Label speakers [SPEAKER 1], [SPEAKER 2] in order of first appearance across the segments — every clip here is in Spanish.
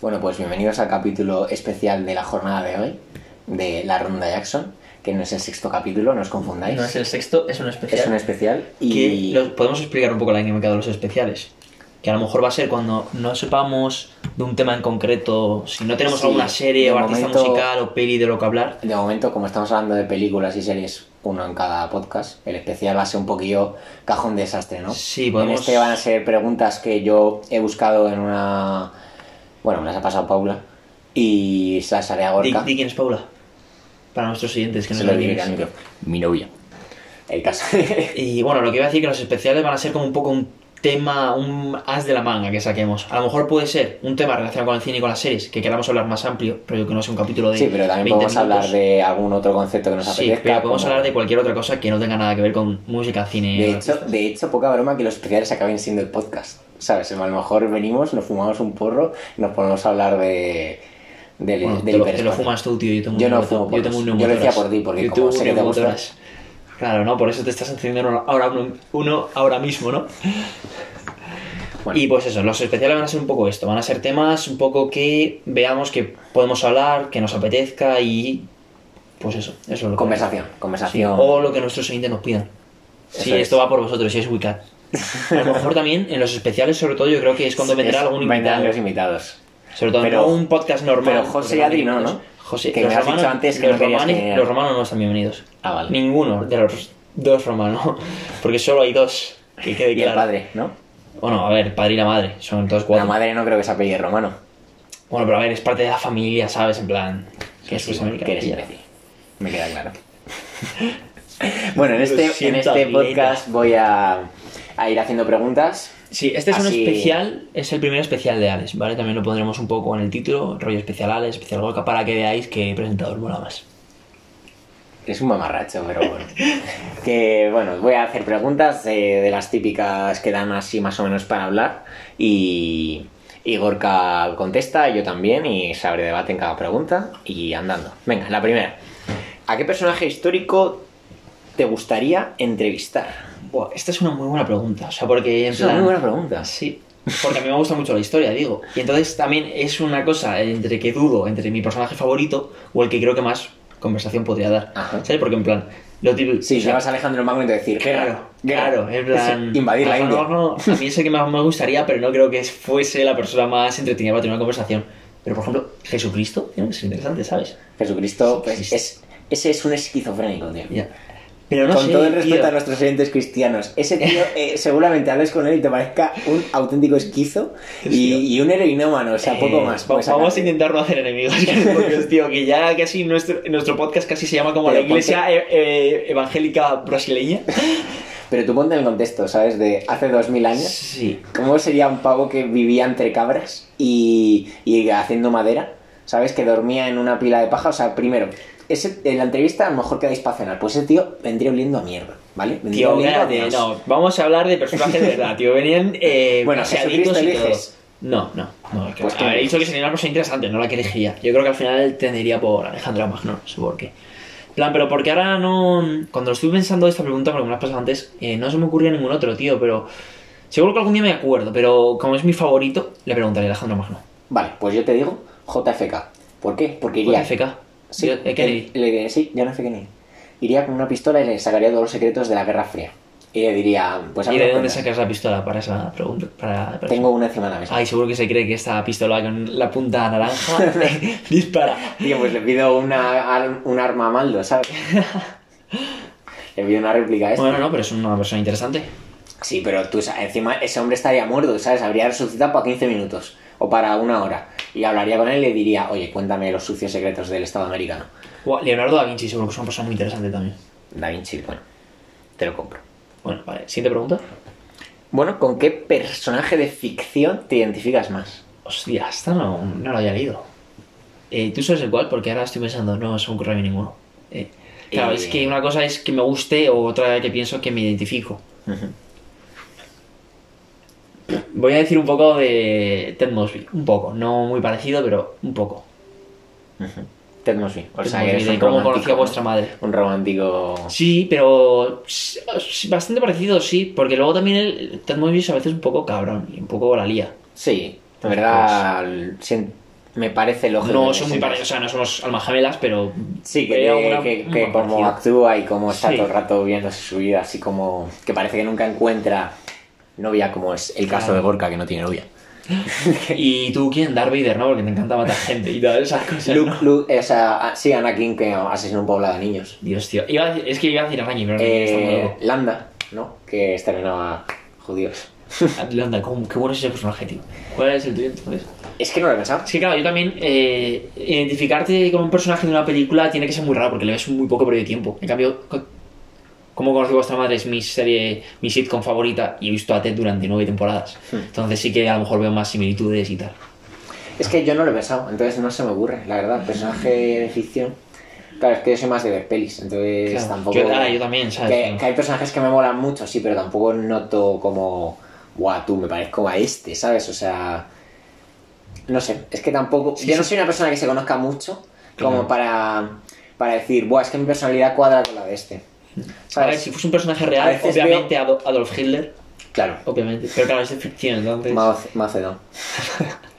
[SPEAKER 1] Bueno, pues bienvenidos al capítulo especial de la jornada de hoy, de la Ronda Jackson, que no es el sexto capítulo, no os confundáis.
[SPEAKER 2] No es el sexto, es un especial.
[SPEAKER 1] Es un especial
[SPEAKER 2] Que
[SPEAKER 1] y...
[SPEAKER 2] lo- podemos explicar un poco la dinámica de los especiales. Que a lo mejor va a ser cuando no sepamos de un tema en concreto, si no tenemos
[SPEAKER 1] Sí,
[SPEAKER 2] alguna serie
[SPEAKER 1] de
[SPEAKER 2] o artista
[SPEAKER 1] momento-
[SPEAKER 2] musical o peli de lo que hablar.
[SPEAKER 1] De momento, como estamos hablando de películas y series, uno en cada podcast, el especial va a ser un poquillo cajón desastre, ¿no?
[SPEAKER 2] Sí, podemos-
[SPEAKER 1] En este van a ser preguntas que yo he buscado en una... Bueno, me las ha pasado Paula y se las haré a
[SPEAKER 2] Di,
[SPEAKER 1] Gorka.
[SPEAKER 2] di quién es Paula. Para nuestros siguientes que no
[SPEAKER 1] Se
[SPEAKER 2] lo
[SPEAKER 1] lo diré
[SPEAKER 2] olvides.
[SPEAKER 1] al micro. Mi novia. El caso.
[SPEAKER 2] Y bueno, lo que iba a decir que los especiales van a ser como un poco un tema, un as de la manga que saquemos. A lo mejor puede ser un tema relacionado con el cine y con las series, que queramos hablar más amplio, pero que no sea un capítulo de
[SPEAKER 1] sí, pero también
[SPEAKER 2] 20
[SPEAKER 1] podemos hablar
[SPEAKER 2] minutos.
[SPEAKER 1] de algún otro concepto que nos
[SPEAKER 2] Sí,
[SPEAKER 1] apetezca.
[SPEAKER 2] pero podemos
[SPEAKER 1] como-
[SPEAKER 2] hablar de cualquier otra cosa que no tenga nada que ver con música,
[SPEAKER 1] De
[SPEAKER 2] cine. o
[SPEAKER 1] hecho,
[SPEAKER 2] artistas.
[SPEAKER 1] de hecho, poca broma que los especiales acaben siendo el podcast. ¿Sabes? A lo mejor venimos, nos fumamos un porro, nos ponemos a hablar de. del,
[SPEAKER 2] Bueno,
[SPEAKER 1] del
[SPEAKER 2] te, lo, te lo
[SPEAKER 1] hiperespacio.
[SPEAKER 2] fumas tú, tío. Yo, tengo un
[SPEAKER 1] Yo no
[SPEAKER 2] neumotor-
[SPEAKER 1] fumo
[SPEAKER 2] Yo tengo
[SPEAKER 1] porros.
[SPEAKER 2] un
[SPEAKER 1] Yo lo
[SPEAKER 2] neumotor.
[SPEAKER 1] decía por ti, porque
[SPEAKER 2] Yo
[SPEAKER 1] como
[SPEAKER 2] tengo
[SPEAKER 1] sé que te gusta.
[SPEAKER 2] neumotoras. Claro, ¿no? Por eso te estás encendiendo uno ahora, uno, uno ahora mismo, ¿no?
[SPEAKER 1] Bueno,
[SPEAKER 2] Y pues eso, los especiales van a ser un poco esto. Van a ser temas un poco que veamos que podemos hablar, que nos apetezca y... Pues eso, eso es lo que...
[SPEAKER 1] conversación,
[SPEAKER 2] Sí,
[SPEAKER 1] conversación.
[SPEAKER 2] o lo que nuestros oyentes nos pidan.
[SPEAKER 1] Eso
[SPEAKER 2] Sí,
[SPEAKER 1] es.
[SPEAKER 2] esto va por vosotros, si es WeCat. A lo mejor también en los especiales, sobre todo, yo creo que es cuando vendrá
[SPEAKER 1] Es-
[SPEAKER 2] algún
[SPEAKER 1] vendrán
[SPEAKER 2] invitado.
[SPEAKER 1] los invitados.
[SPEAKER 2] Sobre todo
[SPEAKER 1] Pero-
[SPEAKER 2] no un podcast normal.
[SPEAKER 1] pero José
[SPEAKER 2] porque
[SPEAKER 1] y Adri no,
[SPEAKER 2] hay-
[SPEAKER 1] ¿no?
[SPEAKER 2] José,
[SPEAKER 1] Que
[SPEAKER 2] los
[SPEAKER 1] me has
[SPEAKER 2] romanos,
[SPEAKER 1] dicho antes que
[SPEAKER 2] los,
[SPEAKER 1] no querías
[SPEAKER 2] romanos,
[SPEAKER 1] que-
[SPEAKER 2] los romanos no están bienvenidos.
[SPEAKER 1] Ah, vale.
[SPEAKER 2] Ninguno de los dos romanos. Porque solo hay dos. Que quede
[SPEAKER 1] Y
[SPEAKER 2] claro.
[SPEAKER 1] el padre, ¿no?
[SPEAKER 2] Bueno, a ver, el padre y la madre. Son todos cuatro.
[SPEAKER 1] La madre no creo que se apellide romano.
[SPEAKER 2] Bueno, pero a ver, es parte de la familia, ¿sabes? En plan. Que
[SPEAKER 1] Sí,
[SPEAKER 2] es
[SPEAKER 1] que eres
[SPEAKER 2] americana.
[SPEAKER 1] imbécil. Me queda claro. bueno, en
[SPEAKER 2] Lo
[SPEAKER 1] este, en
[SPEAKER 2] siento,
[SPEAKER 1] este
[SPEAKER 2] Atleta.
[SPEAKER 1] podcast voy a, a ir haciendo preguntas.
[SPEAKER 2] Sí, este es un
[SPEAKER 1] Así-
[SPEAKER 2] especial, es el primer especial de Alex, ¿vale? También lo pondremos un poco en el título, rollo especial Alex, especial Gorka, para que veáis que presentador mola más.
[SPEAKER 1] Es un mamarracho, pero bueno. que bueno, voy a hacer preguntas eh, de las típicas que dan así más o menos para hablar. Y, y Gorka contesta, yo también, y se abre debate en cada pregunta y andando. Venga, la primera. ¿A qué personaje histórico te gustaría entrevistar?
[SPEAKER 2] Buah, esta es una muy buena pregunta, o sea, porque en
[SPEAKER 1] Es una
[SPEAKER 2] plan-
[SPEAKER 1] muy buena pregunta.
[SPEAKER 2] Sí, porque a mí me gusta mucho la historia, digo. Y entonces también es una cosa entre que dudo, entre mi personaje favorito o el que creo que más conversación podría dar.
[SPEAKER 1] Ajá.
[SPEAKER 2] ¿Sabes? Porque en plan, lo típico.
[SPEAKER 1] Sí,
[SPEAKER 2] o sea,
[SPEAKER 1] llevas a Alejandro Magno y te decir, guerra,
[SPEAKER 2] Claro,
[SPEAKER 1] guerra.
[SPEAKER 2] claro, en plan...
[SPEAKER 1] Invadir la
[SPEAKER 2] no,
[SPEAKER 1] India.
[SPEAKER 2] No, no, a mí es el que más me gustaría, pero no creo que fuese la persona más entretenida para tener una conversación. Pero, por ejemplo, Jesucristo tiene que ser interesante, ¿sabes?
[SPEAKER 1] Jesucristo, pues,
[SPEAKER 2] Jesucristo.
[SPEAKER 1] es, ese es un esquizofrénico, tío.
[SPEAKER 2] Ya. Pero no
[SPEAKER 1] con
[SPEAKER 2] sé,
[SPEAKER 1] todo el respeto
[SPEAKER 2] tío.
[SPEAKER 1] a nuestros oyentes cristianos, ese tío eh, seguramente hables con él y te parezca un auténtico esquizo y,
[SPEAKER 2] Sí.
[SPEAKER 1] y un heroinómano, o sea,
[SPEAKER 2] Eh,
[SPEAKER 1] poco más. pues,
[SPEAKER 2] va-
[SPEAKER 1] puedes
[SPEAKER 2] vamos a
[SPEAKER 1] sacar.
[SPEAKER 2] intentar no hacer enemigos, porque, tío, que ya casi nuestro, nuestro podcast casi se llama como
[SPEAKER 1] Pero
[SPEAKER 2] la iglesia eh, eh, evangélica brasileña.
[SPEAKER 1] Pero tú ponte en el contexto, ¿sabes? De hace dos mil años,
[SPEAKER 2] Sí.
[SPEAKER 1] ¿cómo sería un pavo que vivía entre cabras y, y haciendo madera? ¿Sabes? Que dormía en una pila de paja, o sea, primero... Ese, en la entrevista a lo mejor quedáis para cenar. Pues ese tío vendría oliendo a mierda, ¿vale? Vendría
[SPEAKER 2] Tío,
[SPEAKER 1] oliendo a
[SPEAKER 2] espérate,
[SPEAKER 1] Dios.
[SPEAKER 2] no, vamos a hablar de personajes de verdad, tío. Venían eh,
[SPEAKER 1] Bueno,
[SPEAKER 2] paseaditos
[SPEAKER 1] Jesucristo
[SPEAKER 2] y todo.
[SPEAKER 1] eliges.
[SPEAKER 2] No, no, no. es que-
[SPEAKER 1] Pues
[SPEAKER 2] a
[SPEAKER 1] tú
[SPEAKER 2] ver, he
[SPEAKER 1] eliges.
[SPEAKER 2] dicho que sería una persona interesante, no la que elegía. Yo creo que al final tendería por Alejandra Magno, no sé por qué. En Plan, pero porque ahora no. Cuando estuve pensando esta pregunta, porque me la has pasado antes, eh, no se me ocurría ningún otro, tío, pero. Seguro que algún día me acuerdo, pero como es mi favorito, le preguntaré a Alejandro Magno.
[SPEAKER 1] Vale, pues yo te digo JFK. ¿Por qué? Porque iría...
[SPEAKER 2] JFK.
[SPEAKER 1] Sí,
[SPEAKER 2] Yo- eh, Kennedy.
[SPEAKER 1] le- le- sí, ya no sé qué ni. Iría con una pistola y le sacaría todos los secretos de la Guerra Fría. Y le diría, pues a
[SPEAKER 2] ¿Y
[SPEAKER 1] mí
[SPEAKER 2] de
[SPEAKER 1] no
[SPEAKER 2] dónde
[SPEAKER 1] cuentas.
[SPEAKER 2] sacas la pistola para esa pregunta? Para, para
[SPEAKER 1] Tengo una encima de la mesa.
[SPEAKER 2] Ay, seguro que se cree que esta pistola con la punta naranja dispara.
[SPEAKER 1] Tío, pues le pido una, ar- un arma a Maldo, ¿sabes? le pido una réplica a este.
[SPEAKER 2] Bueno, no, pero es una persona interesante.
[SPEAKER 1] Sí, pero tú, sa- encima ese hombre estaría muerto, ¿sabes? Habría resucitado para 15 minutos o para una hora. Y hablaría con él y le diría, oye, cuéntame los sucios secretos del Estado americano.
[SPEAKER 2] Guau, Leonardo da Vinci seguro que es una persona muy interesante también.
[SPEAKER 1] Da Vinci, bueno, te lo compro.
[SPEAKER 2] Bueno, vale, siguiente pregunta.
[SPEAKER 1] Bueno, ¿con qué personaje de ficción te identificas más?
[SPEAKER 2] Hostia, esta no, no la había leído. Eh, Tú sabes el cual, porque ahora estoy pensando, no se me ocurre a mí ninguno. Eh, claro,
[SPEAKER 1] Eh.
[SPEAKER 2] es que una cosa es que me guste o otra que pienso que me identifico. Voy a decir un poco de Ted Mosby, un poco, no muy parecido, pero un poco.
[SPEAKER 1] Ted Mosby. O
[SPEAKER 2] Ted
[SPEAKER 1] sea,
[SPEAKER 2] Mosby,
[SPEAKER 1] que eres
[SPEAKER 2] de
[SPEAKER 1] un
[SPEAKER 2] cómo
[SPEAKER 1] romántico,
[SPEAKER 2] conocí a vuestra
[SPEAKER 1] ¿no?
[SPEAKER 2] madre.
[SPEAKER 1] Un romántico...
[SPEAKER 2] Sí, pero s- s- bastante parecido, sí, porque luego también el Ted Mosby es a veces un poco cabrón y un poco la lía.
[SPEAKER 1] Sí, la verdad, sien- Me parece lógico.
[SPEAKER 2] pues, No
[SPEAKER 1] en
[SPEAKER 2] son
[SPEAKER 1] ese
[SPEAKER 2] muy parecidos,
[SPEAKER 1] caso.
[SPEAKER 2] o sea, no somos almas gemelas, pero.
[SPEAKER 1] Sí, que,
[SPEAKER 2] pero
[SPEAKER 1] que-
[SPEAKER 2] una-
[SPEAKER 1] que-
[SPEAKER 2] un
[SPEAKER 1] que
[SPEAKER 2] más
[SPEAKER 1] como
[SPEAKER 2] parecido.
[SPEAKER 1] actúa y como está
[SPEAKER 2] Sí.
[SPEAKER 1] todo el rato viéndose su vida, así como que parece que nunca encuentra novia, como es el caso
[SPEAKER 2] Claro.
[SPEAKER 1] de Gorka, que no tiene novia.
[SPEAKER 2] Y tú, ¿quién? Darth Vader, ¿no? Porque te encanta matar gente y todas esas cosas. ¿no?
[SPEAKER 1] Luke, Luke, esa, ah, sí, Anakin, que asesinó un poblado de niños.
[SPEAKER 2] Dios, tío. Iba a decir- es que iba a decir Anakin, pero no,
[SPEAKER 1] Eh,
[SPEAKER 2] Mm, está
[SPEAKER 1] Landa, ¿no? Que exterminaba judíos.
[SPEAKER 2] muy loco. Atlanta, ¿cómo- qué bueno es ese personaje, tío. ¿Cuál es el tuyo entonces?
[SPEAKER 1] Es que no lo he pensado.
[SPEAKER 2] Es que claro, yo también eh, identificarte con un personaje de una película tiene que ser muy raro porque le ves muy poco periodo de tiempo. En cambio, co- como conocí a vuestra madre es mi serie, mi sitcom favorita y he visto a Ted durante nueve temporadas.
[SPEAKER 1] Hmm.
[SPEAKER 2] Entonces sí que a lo mejor veo más similitudes y tal.
[SPEAKER 1] Es que yo no lo he pensado, entonces no se me ocurre, la verdad. Personaje de ficción. Claro, es que yo soy más de ver pelis, entonces
[SPEAKER 2] Claro.
[SPEAKER 1] tampoco.
[SPEAKER 2] Yo- ah, yo también, ¿sabes?
[SPEAKER 1] Que,
[SPEAKER 2] No.
[SPEAKER 1] que hay personajes que me molan mucho, sí, pero tampoco noto como. Guau, tú me parezco a este, ¿sabes? O sea. No sé, es que tampoco.
[SPEAKER 2] Sí,
[SPEAKER 1] yo no
[SPEAKER 2] sí.
[SPEAKER 1] soy una persona que se conozca mucho como
[SPEAKER 2] Claro.
[SPEAKER 1] para, para decir, Buah, es que mi personalidad cuadra con la de este.
[SPEAKER 2] A ver,
[SPEAKER 1] ¿Sabes?
[SPEAKER 2] si fuese un personaje
[SPEAKER 1] A
[SPEAKER 2] real,
[SPEAKER 1] veces
[SPEAKER 2] obviamente Ado- Adolf Hitler,
[SPEAKER 1] Claro,
[SPEAKER 2] obviamente. Pero claro, es de ficción, entonces...
[SPEAKER 1] Mao Mao Zedong.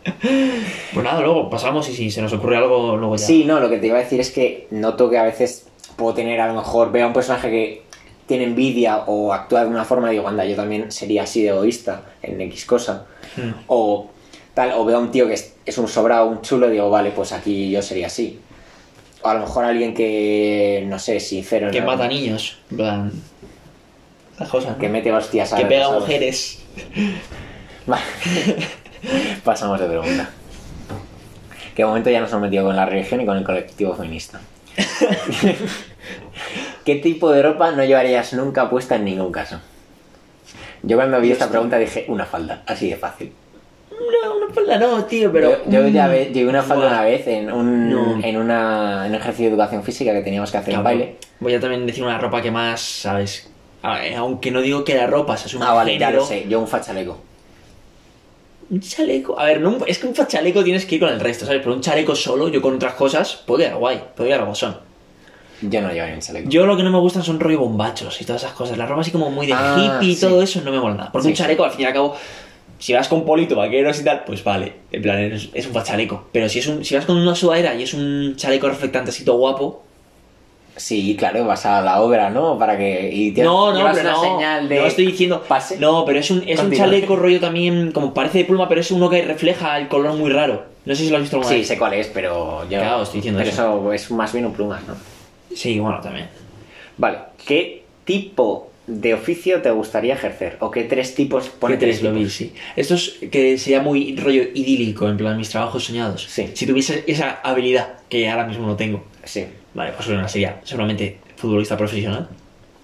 [SPEAKER 2] Pues nada, luego pasamos y si se nos ocurre algo, luego ya.
[SPEAKER 1] Sí, no, lo que te iba a decir es que noto que a veces puedo tener, a lo mejor, veo a un personaje que tiene envidia o actúa de una forma y digo, anda, yo también sería así de egoísta en X cosa.
[SPEAKER 2] Mm.
[SPEAKER 1] O tal, o veo a un tío que es, es un sobrado, un chulo, y digo, vale, pues aquí yo sería así. O a lo mejor alguien que, no sé, sincero. en
[SPEAKER 2] Que
[SPEAKER 1] algo,
[SPEAKER 2] mata niños, en plan... Esas cosas, ¿no?
[SPEAKER 1] Que mete hostias a
[SPEAKER 2] que pega a
[SPEAKER 1] retrasados.
[SPEAKER 2] mujeres.
[SPEAKER 1] Vale. Pasamos de pregunta. Que de momento ya nos hemos metido con la religión y con el colectivo feminista. ¿Qué tipo de ropa no llevarías nunca puesta en ningún caso? Yo cuando vi esta pregunta dije, una falda, así de fácil.
[SPEAKER 2] No, una falda no, tío, pero.
[SPEAKER 1] yo, yo ya
[SPEAKER 2] Mm.
[SPEAKER 1] ve- llevé una falda
[SPEAKER 2] Buah.
[SPEAKER 1] una vez en un,
[SPEAKER 2] No.
[SPEAKER 1] en, una, en un ejercicio de educación física que teníamos que hacer
[SPEAKER 2] Claro,
[SPEAKER 1] en baile.
[SPEAKER 2] Voy a también decir una ropa que más, ¿sabes? A ver, aunque no digo que la ropa se asuma
[SPEAKER 1] Ah, vale, ya
[SPEAKER 2] género,
[SPEAKER 1] lo sé, yo un fachaleco.
[SPEAKER 2] Un chaleco. A ver, no, un- es que un chaleco tienes que ir con el resto, ¿sabes? Pero un chaleco solo, yo con otras cosas, puede quedar guay, puede quedar guasón.
[SPEAKER 1] Yo no llevaría un chaleco.
[SPEAKER 2] Yo lo que no me gustan son rollo bombachos y todas esas cosas. La ropa así como muy de
[SPEAKER 1] Ah,
[SPEAKER 2] hippie y
[SPEAKER 1] sí.
[SPEAKER 2] todo eso no me mola nada. Porque
[SPEAKER 1] Sí,
[SPEAKER 2] un chaleco, al fin y al cabo, si vas con polito, vaqueros y tal, pues vale. En plan, es, es un chaleco. Pero si, es un, si vas con una sudadera y es un chaleco reflectantecito guapo,
[SPEAKER 1] Sí, claro, vas a la obra, ¿no? Para que... Y te-
[SPEAKER 2] no, no,
[SPEAKER 1] llevas
[SPEAKER 2] pero
[SPEAKER 1] una
[SPEAKER 2] no,
[SPEAKER 1] señal de...
[SPEAKER 2] no estoy diciendo
[SPEAKER 1] pase.
[SPEAKER 2] No, pero es un, es un
[SPEAKER 1] Continúa.
[SPEAKER 2] chaleco rollo también, como parece de pluma, pero es uno que refleja el color muy raro. No sé si lo has visto alguna
[SPEAKER 1] Sí,
[SPEAKER 2] vez.
[SPEAKER 1] sé cuál es, pero yo.
[SPEAKER 2] Claro, estoy diciendo
[SPEAKER 1] pero eso
[SPEAKER 2] eso.
[SPEAKER 1] es más bien un plumas, ¿no?
[SPEAKER 2] Sí, bueno, también.
[SPEAKER 1] Vale. ¿Qué tipo de oficio te gustaría ejercer? ¿O qué tres tipos
[SPEAKER 2] Pone
[SPEAKER 1] pone
[SPEAKER 2] tres lo
[SPEAKER 1] tipos?
[SPEAKER 2] vi, sí. Esto es que sería muy rollo idílico, en plan mis trabajos soñados.
[SPEAKER 1] Sí.
[SPEAKER 2] Si tuviese esa habilidad, que ahora mismo no tengo.
[SPEAKER 1] Sí.
[SPEAKER 2] Vale, pues bueno, sería seguramente futbolista profesional.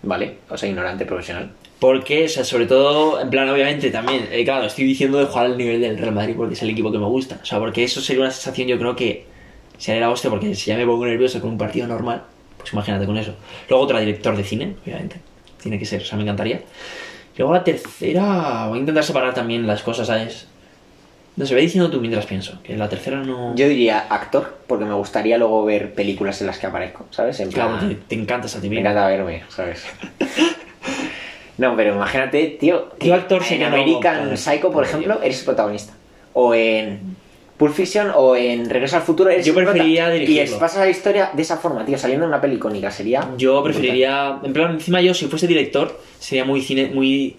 [SPEAKER 1] Vale. O sea, ignorante profesional.
[SPEAKER 2] Porque, o sea, sobre todo, en plan, obviamente, también, eh, claro, estoy diciendo de jugar al nivel del Real Madrid porque es el equipo que me gusta. O sea, porque eso sería una sensación, yo creo que sería la hostia, porque si ya me pongo nervioso con un partido normal, pues imagínate con eso. Luego otra, director de cine, obviamente. Tiene que ser, o sea, me encantaría. Luego la tercera, voy a intentar separar también las cosas, ¿sabes? No se ve diciendo tú mientras pienso, que la tercera no...
[SPEAKER 1] Yo diría actor, porque me gustaría luego ver películas en las que aparezco, ¿sabes? En
[SPEAKER 2] claro,
[SPEAKER 1] plan,
[SPEAKER 2] te, te encanta esa
[SPEAKER 1] Ah. Me
[SPEAKER 2] típica.
[SPEAKER 1] encanta verme, ¿sabes? no, pero imagínate, tío. que
[SPEAKER 2] Yo actor sí
[SPEAKER 1] En
[SPEAKER 2] que no-
[SPEAKER 1] American
[SPEAKER 2] claro.
[SPEAKER 1] Psycho, por ejemplo, eres el protagonista. O en. Pulp Fiction o en Regreso al Futuro. Eres
[SPEAKER 2] Yo
[SPEAKER 1] el prota.
[SPEAKER 2] preferiría
[SPEAKER 1] Y
[SPEAKER 2] dirigirlo.
[SPEAKER 1] es- pasas la historia de esa forma, tío, saliendo de una peli icónica. Sería.
[SPEAKER 2] Yo preferiría, en plan, encima yo si fuese director sería muy cine, muy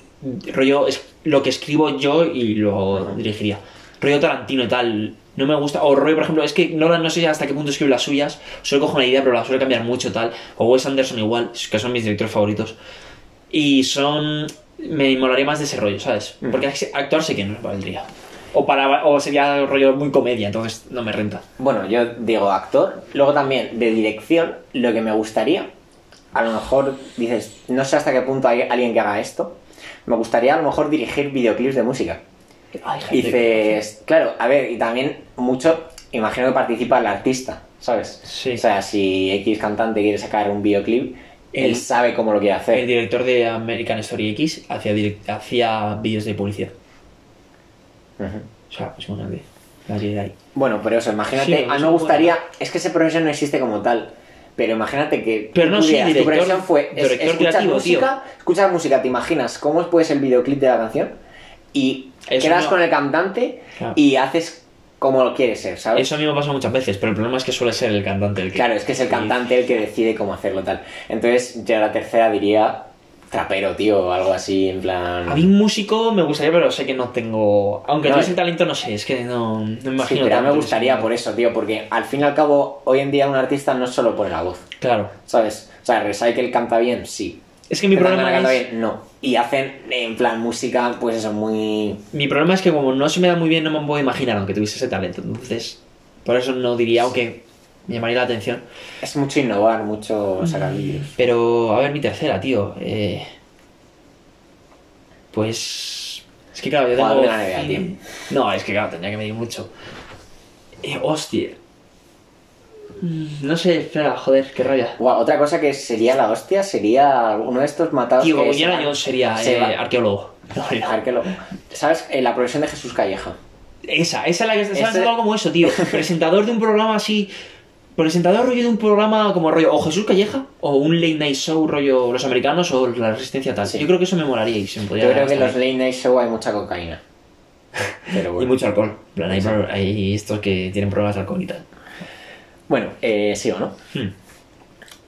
[SPEAKER 2] rollo es lo que escribo yo y lo dirigiría. Rollo Tarantino y tal, no me gusta o rollo, por ejemplo, es que Nolan no sé hasta qué punto escribe las suyas, solo cojo una idea pero la suele cambiar mucho tal, o Wes Anderson igual, que son mis directores favoritos. Y son me molaría más de ese rollo, ¿sabes? Porque actuar sé que no me valdría. O para o sería rollo muy comedia, entonces no me renta.
[SPEAKER 1] Bueno, yo digo actor. Luego también de dirección, lo que me gustaría. A lo mejor dices, no sé hasta qué punto hay alguien que haga esto. Me gustaría a lo mejor dirigir videoclips de música.
[SPEAKER 2] Ay, gente.
[SPEAKER 1] Dices, claro, a ver, y también mucho, imagino que participa el artista, ¿sabes?
[SPEAKER 2] Sí.
[SPEAKER 1] O sea, si X cantante quiere sacar un videoclip, él
[SPEAKER 2] El-
[SPEAKER 1] sabe cómo lo quiere hacer.
[SPEAKER 2] El director de American Story X hacía, direct- hacía vídeos de publicidad.
[SPEAKER 1] Ujú.
[SPEAKER 2] O sea, pues imagínate. La idea ahí.
[SPEAKER 1] Bueno, pero eso, imagínate,
[SPEAKER 2] Sí,
[SPEAKER 1] a mí
[SPEAKER 2] eso
[SPEAKER 1] me
[SPEAKER 2] puede
[SPEAKER 1] gustaría, es que ese profesión no existe como tal, pero imagínate que
[SPEAKER 2] Pero no, sí,
[SPEAKER 1] pudieras- tu
[SPEAKER 2] director-
[SPEAKER 1] profesión fue es-
[SPEAKER 2] director
[SPEAKER 1] escuchas
[SPEAKER 2] creativo,
[SPEAKER 1] música, escuchas música, te imaginas cómo puede ser el videoclip de la canción y
[SPEAKER 2] Eso
[SPEAKER 1] quedas
[SPEAKER 2] no. Ah.
[SPEAKER 1] con el cantante
[SPEAKER 2] Claro.
[SPEAKER 1] y haces como lo quieres ser, ¿sabes?
[SPEAKER 2] Eso a mí me pasa muchas veces, pero el problema es que suele ser el cantante el que.
[SPEAKER 1] Claro, es que es el cantante el que decide cómo hacerlo tal. Entonces, ya la tercera diría trapero, tío, o algo así, en plan...
[SPEAKER 2] A mí un músico me gustaría, pero sé que no tengo. Aunque
[SPEAKER 1] No,
[SPEAKER 2] no
[SPEAKER 1] es-
[SPEAKER 2] es el talento, no sé, es que no, no me
[SPEAKER 1] Sí,
[SPEAKER 2] imagino.
[SPEAKER 1] pero a mí
[SPEAKER 2] tanto
[SPEAKER 1] me gustaría
[SPEAKER 2] ese-
[SPEAKER 1] por eso, tío, porque al fin y al cabo, hoy en día un artista no es solo por la voz,
[SPEAKER 2] Claro.
[SPEAKER 1] ¿sabes? O sea, Recycle canta bien, sí.
[SPEAKER 2] Es que mi
[SPEAKER 1] Zetangana
[SPEAKER 2] problema
[SPEAKER 1] canta
[SPEAKER 2] es.
[SPEAKER 1] bien, no. Y hacen, en plan, música, pues eso, muy...
[SPEAKER 2] Mi problema es que como no se me da muy bien, no me puedo imaginar aunque tuviese ese talento. Entonces, por eso no diría, aunque me llamaría la atención.
[SPEAKER 1] Es mucho innovar, mucho sacar
[SPEAKER 2] Mm.
[SPEAKER 1] vídeos.
[SPEAKER 2] Pero, a ver, mi tercera, tío. eh, pues... Es que claro, yo tengo...
[SPEAKER 1] Jugador de la NBA, tío.
[SPEAKER 2] No, es que claro, tendría que medir mucho. Eh, hostia. Mm, No sé, espera, joder, qué rabia.
[SPEAKER 1] Guau, otra cosa que sería la hostia sería uno de estos matados
[SPEAKER 2] Tío,
[SPEAKER 1] que... se
[SPEAKER 2] Indiana
[SPEAKER 1] van-
[SPEAKER 2] Jones sería
[SPEAKER 1] se
[SPEAKER 2] eh,
[SPEAKER 1] va-
[SPEAKER 2] arqueólogo. No, no.
[SPEAKER 1] Dejar que lo- ¿Sabes? Eh, la profesión de Jesús Calleja.
[SPEAKER 2] Esa, esa es la que se
[SPEAKER 1] Ese-
[SPEAKER 2] ha tratado como eso, tío. Presentador de un programa así. Presentador rollo de un programa como rollo o Jesús Calleja o un late night show rollo los americanos o la resistencia tal.
[SPEAKER 1] Sí.
[SPEAKER 2] Yo creo que eso me molaría y se me podría
[SPEAKER 1] Yo creo que en
[SPEAKER 2] gastar
[SPEAKER 1] los
[SPEAKER 2] ahí.
[SPEAKER 1] late night show hay mucha cocaína. Pero bueno.
[SPEAKER 2] Y mucho alcohol. En plan, hay,
[SPEAKER 1] Sí.
[SPEAKER 2] pro- hay estos que tienen problemas de alcohol y tal.
[SPEAKER 1] Bueno, eh, sí o no.
[SPEAKER 2] Hmm.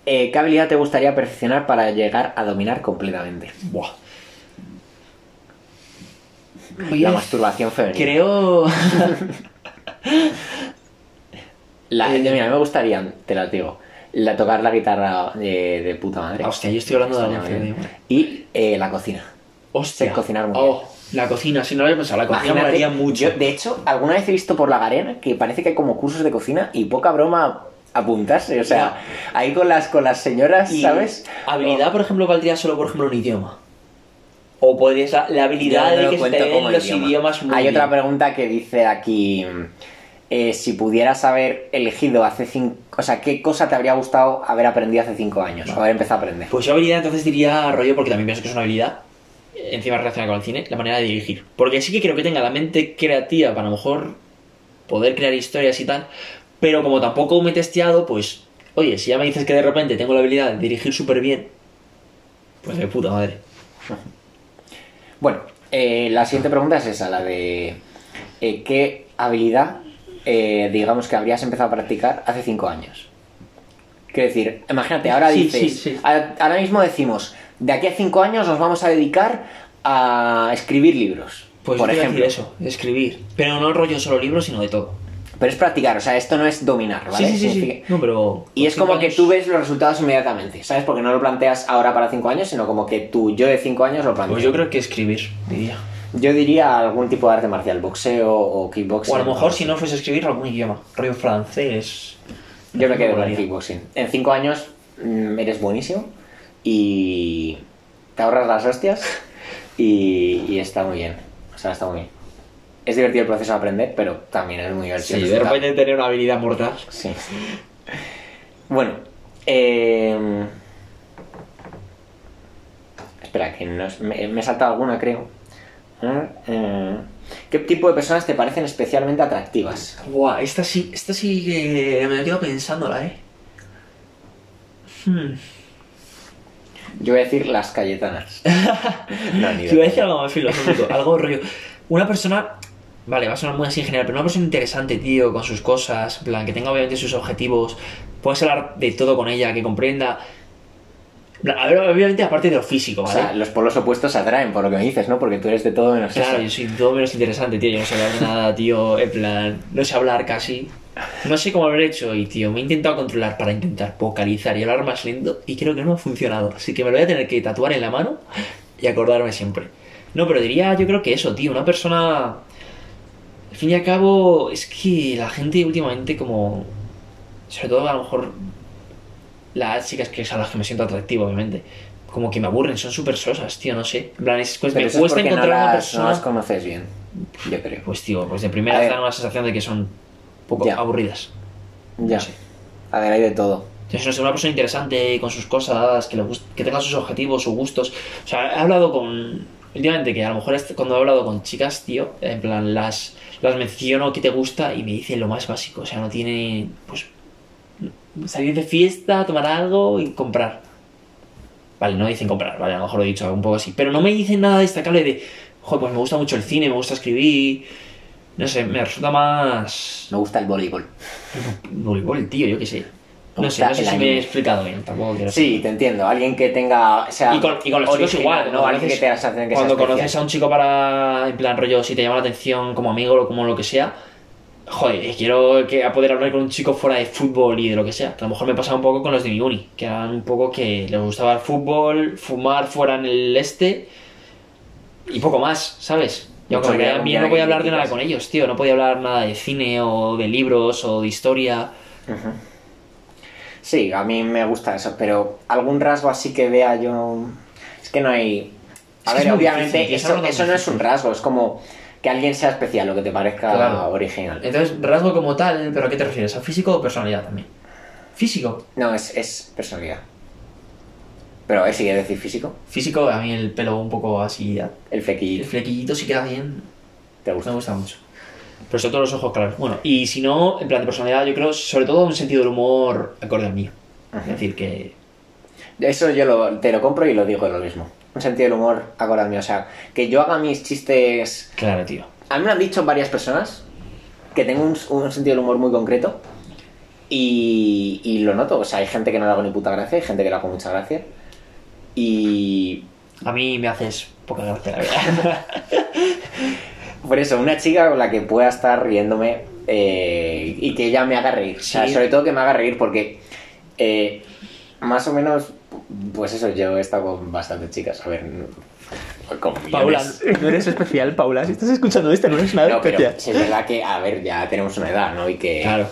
[SPEAKER 1] Eh, ¿Qué habilidad te gustaría perfeccionar para llegar a dominar completamente?
[SPEAKER 2] Buah.
[SPEAKER 1] La
[SPEAKER 2] Oye,
[SPEAKER 1] masturbación femenina.
[SPEAKER 2] creo.
[SPEAKER 1] La,
[SPEAKER 2] Eh,
[SPEAKER 1] mira, a mí me gustaría, te la digo, la tocar la guitarra de, de puta madre.
[SPEAKER 2] Ah, Hostia, yo estoy hablando de
[SPEAKER 1] Estaría
[SPEAKER 2] algo que
[SPEAKER 1] bien.
[SPEAKER 2] me mola.
[SPEAKER 1] Y eh, la cocina.
[SPEAKER 2] Hostia.
[SPEAKER 1] Sé cocinar muy
[SPEAKER 2] Oh, La cocina, si no lo había pensado, la cocina me
[SPEAKER 1] Imagínate,
[SPEAKER 2] molaría mucho.
[SPEAKER 1] yo, de hecho, alguna vez he visto por la Garena que parece que hay como cursos de cocina y poca broma apuntarse. O sea, ahí con las, con las señoras,
[SPEAKER 2] Y
[SPEAKER 1] ¿sabes?
[SPEAKER 2] Habilidad, por ejemplo, valdría solo, por ejemplo, un idioma. O podrías la, la habilidad
[SPEAKER 1] Yo no
[SPEAKER 2] de
[SPEAKER 1] lo
[SPEAKER 2] que se te
[SPEAKER 1] cuento
[SPEAKER 2] den
[SPEAKER 1] como
[SPEAKER 2] los
[SPEAKER 1] idioma.
[SPEAKER 2] idiomas muy
[SPEAKER 1] Hay
[SPEAKER 2] bien.
[SPEAKER 1] otra pregunta que dice aquí. eh, si pudieras haber elegido hace cinco... O sea, ¿qué cosa te habría gustado haber aprendido hace cinco años? O haber empezado a aprender.
[SPEAKER 2] Pues yo habilidad entonces diría rollo, porque también pienso que es una habilidad, eh, encima relacionada con el cine, la manera de dirigir. Porque sí que creo que tenga la mente creativa para a lo mejor poder crear historias y tal, pero como tampoco me he testeado, pues, oye, si ya me dices que de repente tengo la habilidad de dirigir súper bien, pues de puta madre.
[SPEAKER 1] Bueno, eh, la siguiente pregunta es esa, la de... eh, ¿Qué habilidad, eh, digamos, que habrías empezado a practicar hace cinco años? Quiero decir, imagínate, ahora
[SPEAKER 2] Sí,
[SPEAKER 1] dices...
[SPEAKER 2] sí, sí.
[SPEAKER 1] a- ahora mismo decimos, de aquí a cinco años nos vamos a dedicar a escribir libros.
[SPEAKER 2] Pues
[SPEAKER 1] por
[SPEAKER 2] yo te iba a
[SPEAKER 1] ejemplo.
[SPEAKER 2] decir eso, escribir. Pero no rollo solo libros, sino de todo.
[SPEAKER 1] Pero es practicar, o sea, esto no es dominar, ¿vale?
[SPEAKER 2] Sí, sí, sí, sí.
[SPEAKER 1] Significa-
[SPEAKER 2] Pues No, pero pues
[SPEAKER 1] Y es
[SPEAKER 2] cinco
[SPEAKER 1] como que
[SPEAKER 2] años-
[SPEAKER 1] tú ves los resultados inmediatamente, ¿sabes? Porque no lo planteas ahora para cinco años, sino como que tú, yo de cinco años lo planteo.
[SPEAKER 2] Pues yo creo que escribir, diría.
[SPEAKER 1] Yo diría algún tipo de arte marcial, boxeo o kickboxing.
[SPEAKER 2] O a lo mejor si no fuese a escribir algún idioma, rollo francés.
[SPEAKER 1] Yo me quedo con el
[SPEAKER 2] Molaría.
[SPEAKER 1] kickboxing. En cinco años mm, eres buenísimo y te ahorras las hostias y, y está muy bien. O sea, está muy bien. Es divertido el proceso de aprender, pero también es muy
[SPEAKER 2] Sí,
[SPEAKER 1] divertido. el
[SPEAKER 2] de
[SPEAKER 1] resultado.
[SPEAKER 2] repente tener una habilidad mortal.
[SPEAKER 1] Sí. Bueno, eh... espera, que nos- me, me he saltado alguna, creo. Ah, eh, ¿Qué tipo de personas te parecen especialmente atractivas?
[SPEAKER 2] Buah, esta sí, esta sí que me he quedado pensándola, eh. Hmm.
[SPEAKER 1] Yo voy a decir las cayetanas. no, ni
[SPEAKER 2] Te iba a
[SPEAKER 1] de
[SPEAKER 2] decir algo más filosófico, algo rollo. Una persona, vale, va a sonar muy así en general, pero una persona interesante, tío, con sus cosas, en plan, que tenga obviamente sus objetivos, puedes hablar de todo con ella, que comprenda. En plan, A ver, obviamente, aparte de lo físico,
[SPEAKER 1] O
[SPEAKER 2] ¿vale?
[SPEAKER 1] sea, los polos opuestos se atraen, por lo que me dices, ¿no? Porque tú eres de todo menos
[SPEAKER 2] Claro, yo
[SPEAKER 1] eso.
[SPEAKER 2] soy todo menos interesante, tío. Yo no sé hablar de nada, tío. En plan, no sé hablar casi. No sé cómo haber hecho y, tío, me he intentado controlar para intentar vocalizar y hablar más lento y creo que no ha funcionado. Así que me lo voy a tener que tatuar en la mano y acordarme siempre. No, pero diría, yo creo que eso, tío, una persona... Al fin y al cabo, es que la gente últimamente como... Sobre todo a lo mejor las chicas que es a las que me siento atractivo, obviamente. Como que me aburren, son súper sosas, tío, no sé. En plan, es, pues
[SPEAKER 1] Pero
[SPEAKER 2] me
[SPEAKER 1] eso es
[SPEAKER 2] cuesta
[SPEAKER 1] porque no
[SPEAKER 2] encontrar una
[SPEAKER 1] las,
[SPEAKER 2] persona...
[SPEAKER 1] no las conoces bien, yo creo.
[SPEAKER 2] Pues tío, pues de
[SPEAKER 1] A
[SPEAKER 2] primera
[SPEAKER 1] ver.
[SPEAKER 2] te dan una sensación de que son un poco
[SPEAKER 1] Ya.
[SPEAKER 2] aburridas.
[SPEAKER 1] Ya.
[SPEAKER 2] sé.
[SPEAKER 1] A ver, hay de todo.
[SPEAKER 2] Entonces, no sé, una persona interesante, con sus cosas, que, le gust- que tenga sus objetivos, sus gustos. O sea, he hablado con... Últimamente, que a lo mejor est- cuando he hablado con chicas, tío, en plan, las, las menciono que te gusta y me dicen lo más básico. O sea, no tiene... Pues salir de fiesta, tomar algo y comprar. Vale, no dicen comprar, vale, a lo mejor lo he dicho un poco así. Pero no me dicen nada destacable de, joder, pues me gusta mucho el cine, me gusta escribir, No sé, me resulta más.
[SPEAKER 1] Me gusta el voleibol.
[SPEAKER 2] Voleibol, tío, yo qué sé. No sé,
[SPEAKER 1] gusta
[SPEAKER 2] no sé
[SPEAKER 1] el
[SPEAKER 2] si me
[SPEAKER 1] anime. este.
[SPEAKER 2] he explicado bien, tampoco quiero
[SPEAKER 1] Sí, te entiendo. Alguien que tenga. Sea
[SPEAKER 2] Y con, y con los chicos
[SPEAKER 1] original,
[SPEAKER 2] igual,
[SPEAKER 1] ¿no?
[SPEAKER 2] cuando
[SPEAKER 1] Alguien que
[SPEAKER 2] conoces-
[SPEAKER 1] te hace que sea
[SPEAKER 2] cuando conoces
[SPEAKER 1] especial.
[SPEAKER 2] a un chico para, en plan rollo, si te llama la atención como amigo o como lo que sea, joder, eh, quiero que, a poder hablar con un chico fuera de fútbol y de lo que sea. Que a lo mejor me pasaba un poco con los de mi uni, que eran un poco que les gustaba el fútbol, fumar fuera en el este y poco más, ¿sabes? Yo
[SPEAKER 1] Mucho
[SPEAKER 2] cuando me
[SPEAKER 1] miedo,
[SPEAKER 2] caían bien
[SPEAKER 1] miedo
[SPEAKER 2] no podía
[SPEAKER 1] que
[SPEAKER 2] hablar de nada
[SPEAKER 1] criticas.
[SPEAKER 2] con ellos, tío, no podía hablar nada de cine o de libros o de historia.
[SPEAKER 1] Sí, a mí me gusta eso, pero algún rasgo así que vea yo. Es que no hay. A
[SPEAKER 2] Es que
[SPEAKER 1] ver,
[SPEAKER 2] es muy
[SPEAKER 1] obviamente,
[SPEAKER 2] difícil, es
[SPEAKER 1] eso,
[SPEAKER 2] algo tan
[SPEAKER 1] eso no es un
[SPEAKER 2] difícil.
[SPEAKER 1] rasgo, es como que alguien sea especial, lo que te parezca
[SPEAKER 2] Claro.
[SPEAKER 1] original.
[SPEAKER 2] Entonces, rasgo como tal, pero ¿a qué te refieres? ¿A físico o personalidad también? Físico,
[SPEAKER 1] No, es, es personalidad. Pero, ¿eh? ¿Sí quieres decir físico?
[SPEAKER 2] Físico, a mí el pelo un poco así.
[SPEAKER 1] El
[SPEAKER 2] El
[SPEAKER 1] flequillo.
[SPEAKER 2] flequillito sí queda bien.
[SPEAKER 1] ¿Te
[SPEAKER 2] Me
[SPEAKER 1] gusta?
[SPEAKER 2] gusta mucho. Pero sobre todo los ojos claros. Bueno, y si no, en plan de personalidad, yo creo, sobre todo un sentido del humor acorde al mío. Es
[SPEAKER 1] Ajá.
[SPEAKER 2] decir, que.
[SPEAKER 1] Eso yo lo- te lo compro y lo digo lo mismo. Un sentido del humor acorde al mío. O sea, que yo haga mis chistes
[SPEAKER 2] Claro, tío.
[SPEAKER 1] A mí me han dicho varias personas que tengo un, un sentido del humor muy concreto y, y lo noto. O sea, hay gente que no le hago ni puta gracia, hay gente que le hago mucha gracia. Y
[SPEAKER 2] A mí me haces poca gracia, la verdad.
[SPEAKER 1] por eso, una chica con la que pueda estar riéndome eh, y que ella me haga reír. O sea,
[SPEAKER 2] Sí.
[SPEAKER 1] sobre todo que me haga reír porque eh, más o menos, pues eso, yo he estado con bastantes chicas. A ver, con
[SPEAKER 2] Paula,
[SPEAKER 1] millones.
[SPEAKER 3] No eres especial, Paula. Si estás escuchando esto, no eres nada
[SPEAKER 1] No, pero
[SPEAKER 3] especial.
[SPEAKER 1] si es verdad que, a ver, ya tenemos una edad, ¿no? Y que...
[SPEAKER 2] claro.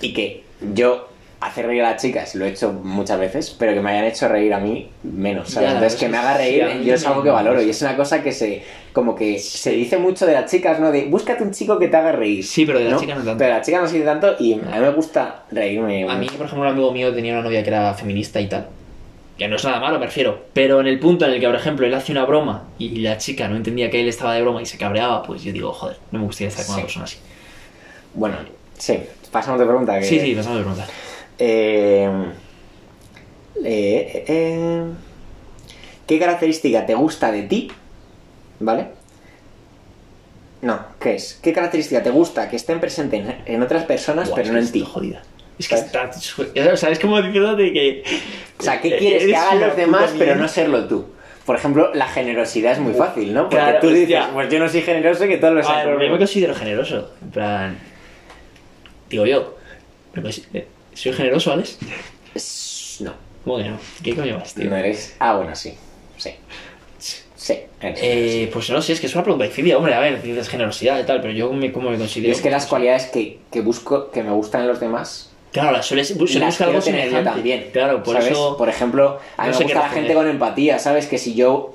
[SPEAKER 1] Y que yo hacer reír a las chicas lo he hecho muchas veces, pero que me hayan hecho reír a mí menos. ¿sabes?
[SPEAKER 2] Ya,
[SPEAKER 1] Entonces, que
[SPEAKER 2] sí,
[SPEAKER 1] me haga reír
[SPEAKER 2] sí, a mí
[SPEAKER 1] yo es algo que
[SPEAKER 2] me-
[SPEAKER 1] valoro y es una cosa que se como que se dice mucho de las chicas, ¿no? De búscate un chico que te haga reír.
[SPEAKER 2] Sí, pero de las chicas no tanto.
[SPEAKER 1] Pero de las chicas no se dice tanto y a mí me gusta reírme.
[SPEAKER 2] A mí, por ejemplo, un amigo mío tenía una novia que era feminista y tal. Que no es nada malo, me refiero. Pero en el punto en el que, por ejemplo, él hace una broma y la chica no entendía que él estaba de broma y se cabreaba, pues yo digo, joder, no me gustaría estar con
[SPEAKER 1] Sí.
[SPEAKER 2] una persona así.
[SPEAKER 1] Bueno, sí, pasamos de pregunta. que-
[SPEAKER 2] Sí, pues sí, pasamos de pregunta.
[SPEAKER 1] Eh, eh, eh, eh, ¿Qué característica te gusta de ti? ¿Vale? No, ¿qué es? ¿Qué característica te gusta que estén presentes en, en otras personas
[SPEAKER 2] Buah,
[SPEAKER 1] pero
[SPEAKER 2] es
[SPEAKER 1] no
[SPEAKER 2] que
[SPEAKER 1] en ti?
[SPEAKER 2] estoy jodido. Es que
[SPEAKER 1] ¿Sabes?
[SPEAKER 2] está. su- O sea, es como diciendo de que.
[SPEAKER 1] O sea, ¿qué quieres que
[SPEAKER 2] eres
[SPEAKER 1] hagan
[SPEAKER 2] una
[SPEAKER 1] los demás
[SPEAKER 2] puta
[SPEAKER 1] pero
[SPEAKER 2] mierda.
[SPEAKER 1] no serlo tú? Por ejemplo, la generosidad es muy fácil, ¿no? Porque
[SPEAKER 2] Claro,
[SPEAKER 1] tú dices,
[SPEAKER 2] hostia.
[SPEAKER 1] pues yo no soy generoso y que todos lo
[SPEAKER 2] A ver, yo me
[SPEAKER 1] sean.
[SPEAKER 2] considero generoso. En plan. Digo yo. me consi- eh, ¿Soy generoso, Alex?
[SPEAKER 1] No,
[SPEAKER 2] ¿Cómo que no? ¿Qué coño más, tío?
[SPEAKER 1] no eres. Ah, bueno, sí. Sí. Sí, eres generoso.
[SPEAKER 2] Eh, pues no sé, es que es una pregunta difícil, hombre. A ver, dices generosidad y tal, pero yo me, como me
[SPEAKER 1] Y
[SPEAKER 2] considero.
[SPEAKER 1] es que las cualidades que, que busco, que me gustan en los demás,
[SPEAKER 2] Claro, las sueles, sueles
[SPEAKER 1] las
[SPEAKER 2] buscar
[SPEAKER 1] quiero
[SPEAKER 2] algo
[SPEAKER 1] tener yo
[SPEAKER 2] semejante.
[SPEAKER 1] también.
[SPEAKER 2] Claro, por
[SPEAKER 1] ¿sabes?
[SPEAKER 2] eso.
[SPEAKER 1] Por ejemplo, a mí me
[SPEAKER 2] no sé
[SPEAKER 1] gusta
[SPEAKER 2] qué
[SPEAKER 1] la
[SPEAKER 2] responder.
[SPEAKER 1] gente con empatía, ¿sabes? Que si yo.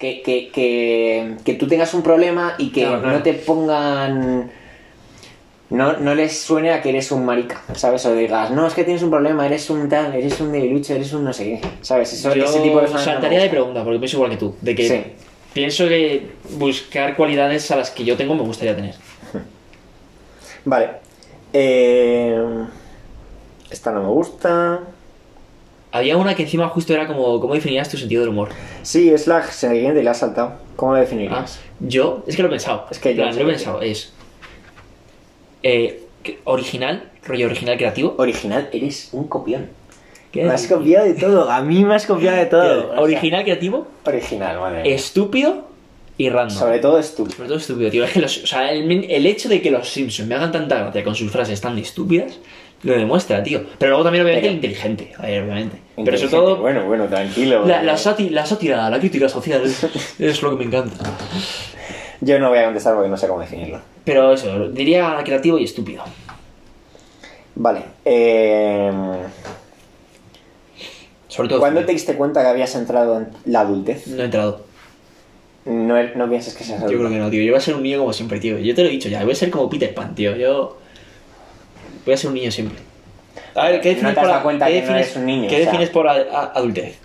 [SPEAKER 1] Que, que, que, que tú tengas un problema y que
[SPEAKER 2] Claro, claro.
[SPEAKER 1] no te pongan. No, no les suene a que eres un marica, ¿sabes? O digas, no, es que tienes un problema, eres un tal, eres un debilucho, eres un no sé qué, ¿sabes? Eso,
[SPEAKER 2] yo
[SPEAKER 1] ese tipo de personas no me
[SPEAKER 2] saltaría de
[SPEAKER 1] gustan.
[SPEAKER 2] pregunta, porque pienso igual que tú. De que
[SPEAKER 1] Sí.
[SPEAKER 2] pienso que buscar cualidades a las que yo tengo me gustaría tener.
[SPEAKER 1] Vale. Eh, esta no me gusta.
[SPEAKER 2] Había una que encima justo era como cómo definías tu sentido del humor.
[SPEAKER 1] Sí, es la siguiente y la has saltado. ¿Cómo la
[SPEAKER 2] Ah,
[SPEAKER 1] definirías?
[SPEAKER 2] yo, es que lo he pensado.
[SPEAKER 1] Es que
[SPEAKER 2] En
[SPEAKER 1] yo
[SPEAKER 2] plan,
[SPEAKER 1] sé
[SPEAKER 2] lo he
[SPEAKER 1] que-
[SPEAKER 2] pensado. Es eh, que- original, rollo original creativo.
[SPEAKER 1] Original, eres un copión.
[SPEAKER 2] ¿Qué?
[SPEAKER 3] Me has copiado de todo. A mí me has copiado de
[SPEAKER 2] Tío,
[SPEAKER 3] todo.
[SPEAKER 2] original creativo,
[SPEAKER 1] Original, madre. mía.
[SPEAKER 2] estúpido y random.
[SPEAKER 1] Sobre todo estúpido.
[SPEAKER 2] Sobre todo estúpido, tío. Es que los- o sea, el, min- el hecho de que los Simpsons me hagan tanta gracia con sus frases tan estúpidas lo demuestra, tío. Pero luego también, obviamente,
[SPEAKER 1] Pero-
[SPEAKER 2] el inteligente. A ver, obviamente. Pero sobre
[SPEAKER 1] Inteligente.
[SPEAKER 2] todo,
[SPEAKER 1] Bueno, bueno, tranquilo.
[SPEAKER 2] la, la sati- la sátira, la crítica social es lo que me encanta.
[SPEAKER 1] Yo no voy a contestar porque no sé cómo definirlo.
[SPEAKER 2] Pero eso, diría creativo y estúpido.
[SPEAKER 1] Vale. eh,
[SPEAKER 2] Sobre todo.
[SPEAKER 1] ¿Cuándo te
[SPEAKER 2] estúpido.
[SPEAKER 1] diste cuenta que habías entrado en la adultez?
[SPEAKER 2] No he entrado.
[SPEAKER 1] No, er- no piensas que seas
[SPEAKER 2] Yo
[SPEAKER 1] adulto.
[SPEAKER 2] creo que no, tío. Yo voy a ser un niño como siempre, tío. Yo te lo he dicho ya. Voy a ser como Peter Pan, tío. Yo. Voy a ser un niño siempre. A ver, ¿qué
[SPEAKER 1] No
[SPEAKER 2] defines
[SPEAKER 1] te has
[SPEAKER 2] por
[SPEAKER 1] dado cuenta
[SPEAKER 2] qué
[SPEAKER 1] que no
[SPEAKER 2] defines-
[SPEAKER 1] eres un niño,
[SPEAKER 2] ¿Qué
[SPEAKER 1] o sea.
[SPEAKER 2] defines por a- a- adultez?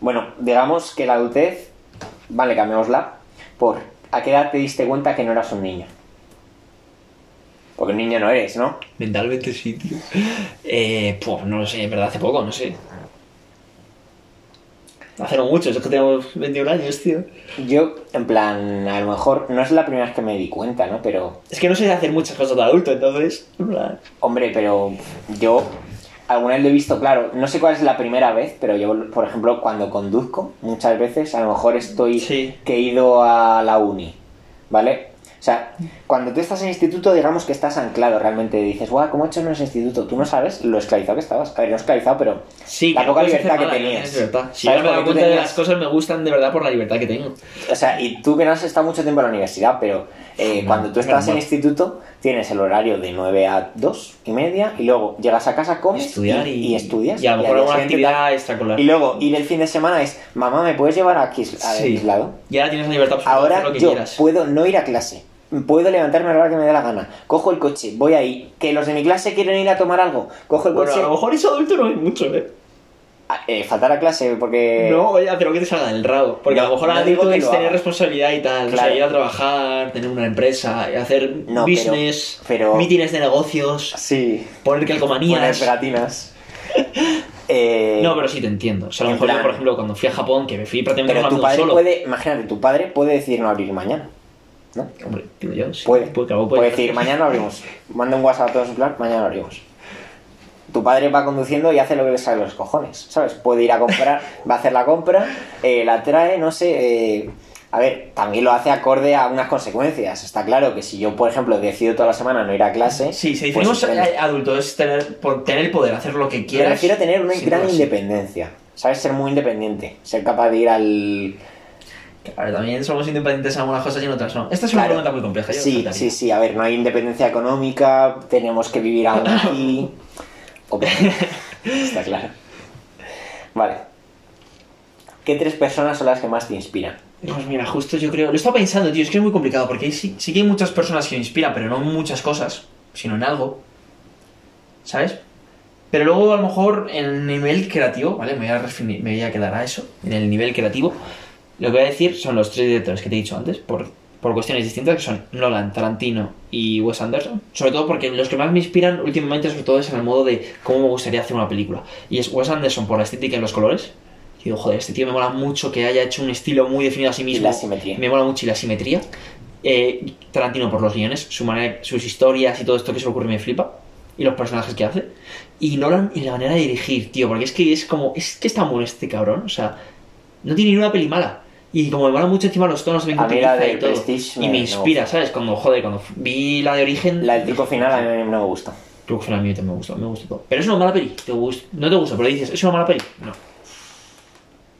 [SPEAKER 1] Bueno, digamos que la adultez. Vale, cambiémosla. Por ¿a qué edad te diste cuenta que no eras un niño? Porque un niño no eres, ¿no?
[SPEAKER 2] Mentalmente sí, tío. Eh, pues no lo sé, en verdad hace poco, no sé. Hace no mucho, es que tenemos 21 años, tío.
[SPEAKER 1] Yo, en plan, a lo mejor no es la primera vez que me di cuenta, ¿no? Pero,
[SPEAKER 2] Es que no sé hacer muchas cosas de adulto, entonces. en plan,
[SPEAKER 1] hombre, pero yo alguna vez lo he visto, claro, no sé cuál es la primera vez, pero yo, por ejemplo, cuando conduzco, muchas veces a lo mejor estoy
[SPEAKER 2] Sí.
[SPEAKER 1] que he ido a la uni, ¿vale? O sea, cuando tú estás en instituto, digamos que estás anclado realmente. Dices, guau, ¿cómo he hecho en ese instituto? Tú no sabes lo esclavizado que estabas. A ver, no esclavizado, pero
[SPEAKER 2] Sí,
[SPEAKER 1] la
[SPEAKER 2] que no
[SPEAKER 1] poca
[SPEAKER 2] puedes hacer
[SPEAKER 1] libertad que
[SPEAKER 2] nada,
[SPEAKER 1] tenías.
[SPEAKER 2] Es libertad. Si
[SPEAKER 1] ¿Sabes?
[SPEAKER 2] yo me he dado
[SPEAKER 1] Porque tú
[SPEAKER 2] cuenta de
[SPEAKER 1] tenías-
[SPEAKER 2] las cosas, me gustan de verdad por la libertad que tengo.
[SPEAKER 1] O sea, y tú que no has estado mucho tiempo en la universidad, pero eh,
[SPEAKER 2] No,
[SPEAKER 1] cuando tú estás en
[SPEAKER 2] normal.
[SPEAKER 1] instituto tienes el horario de 9 a 2 y media y luego llegas a casa, comes
[SPEAKER 2] Estudiar y,
[SPEAKER 1] estudias.
[SPEAKER 2] Y a lo
[SPEAKER 1] al
[SPEAKER 2] mejor
[SPEAKER 1] día
[SPEAKER 2] alguna
[SPEAKER 1] siguiente tal.
[SPEAKER 2] actividad extracolar.
[SPEAKER 1] Y luego ir el fin de semana es, mamá, ¿me puedes llevar a X, a
[SPEAKER 2] Sí.
[SPEAKER 1] X lado?
[SPEAKER 2] Y ahora tienes la libertad absoluta de hacer
[SPEAKER 1] Ahora
[SPEAKER 2] lo que
[SPEAKER 1] yo
[SPEAKER 2] quieras.
[SPEAKER 1] puedo no ir a clase. Puedo levantarme a la hora que me dé la gana. Cojo el coche, voy ahí. Que los de mi clase quieren ir a tomar algo. Cojo el
[SPEAKER 2] Bueno, a
[SPEAKER 1] coche.
[SPEAKER 2] lo mejor eso adulto no hay mucho, ¿eh?
[SPEAKER 1] Ah, eh, faltar a clase porque.
[SPEAKER 2] No, oye, hacer lo que te salga del rabo. Porque
[SPEAKER 1] Eh, No,
[SPEAKER 2] a lo mejor
[SPEAKER 1] no
[SPEAKER 2] ahora
[SPEAKER 1] digo
[SPEAKER 2] digo
[SPEAKER 1] que
[SPEAKER 2] es
[SPEAKER 1] lo
[SPEAKER 2] tener
[SPEAKER 1] haga.
[SPEAKER 2] responsabilidad y tal. O
[SPEAKER 1] Claro.
[SPEAKER 2] sea, ir a trabajar, tener una empresa, hacer
[SPEAKER 1] No, pero-
[SPEAKER 2] business,
[SPEAKER 1] pero-
[SPEAKER 2] mítines de negocios,
[SPEAKER 1] Sí.
[SPEAKER 2] poner
[SPEAKER 1] Poner
[SPEAKER 2] calcomanías.
[SPEAKER 1] pegatinas. Eh,
[SPEAKER 2] no, pero sí te entiendo. O sea, a
[SPEAKER 1] en
[SPEAKER 2] lo mejor yo,
[SPEAKER 1] plan-
[SPEAKER 2] por ejemplo, cuando fui a Japón, que me fui prácticamente
[SPEAKER 1] Pero tu
[SPEAKER 2] hablando
[SPEAKER 1] padre
[SPEAKER 2] solo.
[SPEAKER 1] puede, imagínate, tu padre puede decidir no abrir mañana. ¿No?
[SPEAKER 2] Hombre, digo yo, sí.
[SPEAKER 1] Puede.
[SPEAKER 2] Puede, claro, puede.
[SPEAKER 1] puede decir, mañana no abrimos. Manda un WhatsApp a todos en plan, mañana no abrimos. Tu padre va conduciendo y hace lo que le sale de los cojones, ¿sabes? Puede ir a comprar, va a hacer la compra, eh, la trae, no sé. eh, a ver, también lo hace acorde a unas consecuencias. Está claro que si yo, por ejemplo, decido toda la semana no ir a clase.
[SPEAKER 2] Sí, si
[SPEAKER 1] pues,
[SPEAKER 2] definimos
[SPEAKER 1] eh,
[SPEAKER 2] eh, adulto es tener, por tener el poder, hacer lo que
[SPEAKER 1] me
[SPEAKER 2] quieras.
[SPEAKER 1] refiero a tener una
[SPEAKER 2] sin
[SPEAKER 1] gran
[SPEAKER 2] duda, sí.
[SPEAKER 1] independencia. ¿Sabes? Ser muy independiente. Ser capaz de ir al
[SPEAKER 2] Claro, también somos independientes en algunas cosas y en otras no. Esta es una
[SPEAKER 1] Claro.
[SPEAKER 2] pregunta muy compleja. yo
[SPEAKER 1] Pues Sí,
[SPEAKER 2] creo que
[SPEAKER 1] sí, sí. A ver, no hay independencia económica, tenemos que vivir aún aquí. Obviamente, Está claro. Vale. ¿Qué tres personas son las que más te inspiran?
[SPEAKER 2] Pues mira, justo yo creo. Lo estaba pensando, tío, es que es muy complicado, porque sí, sí que hay muchas personas que me inspiran, pero no en muchas cosas, sino en algo. ¿Sabes? Pero luego, a lo mejor, en el nivel creativo, ¿vale? Me voy a, refinir- me voy a quedar a eso. En el nivel creativo, lo que voy a decir son los tres directores que te he dicho antes, por, por cuestiones distintas, que son Nolan, Tarantino y Wes Anderson. Sobre todo porque los que más me inspiran últimamente, sobre todo, es en el modo de cómo me gustaría hacer una película. Y es Wes Anderson por la estética y los colores. Y digo, joder, este tío me mola mucho que haya hecho un estilo muy definido a sí mismo.
[SPEAKER 1] la simetría.
[SPEAKER 2] Me mola mucho y la simetría. Eh, Tarantino por los guiones, su manera, sus historias y todo esto que se le ocurre me flipa. Y los personajes que hace. Y Nolan y la manera de dirigir, tío. Porque es que es como. Es que está bueno este cabrón. O sea, no tiene ni una peli mala. Y como me mola mucho encima los tonos, me
[SPEAKER 1] A mí la de
[SPEAKER 2] y todo.
[SPEAKER 1] Prestige
[SPEAKER 2] y
[SPEAKER 1] me-
[SPEAKER 2] me
[SPEAKER 1] no.
[SPEAKER 2] inspira, ¿sabes? Cuando, joder, cuando vi la de origen.
[SPEAKER 1] La del truco final a mí no me gusta.
[SPEAKER 2] Creo que fue la mía me gustó, me gustó todo. Pero es una mala peli. ¿Te gust- No te gusta, pero dices, ¿es una mala peli? No.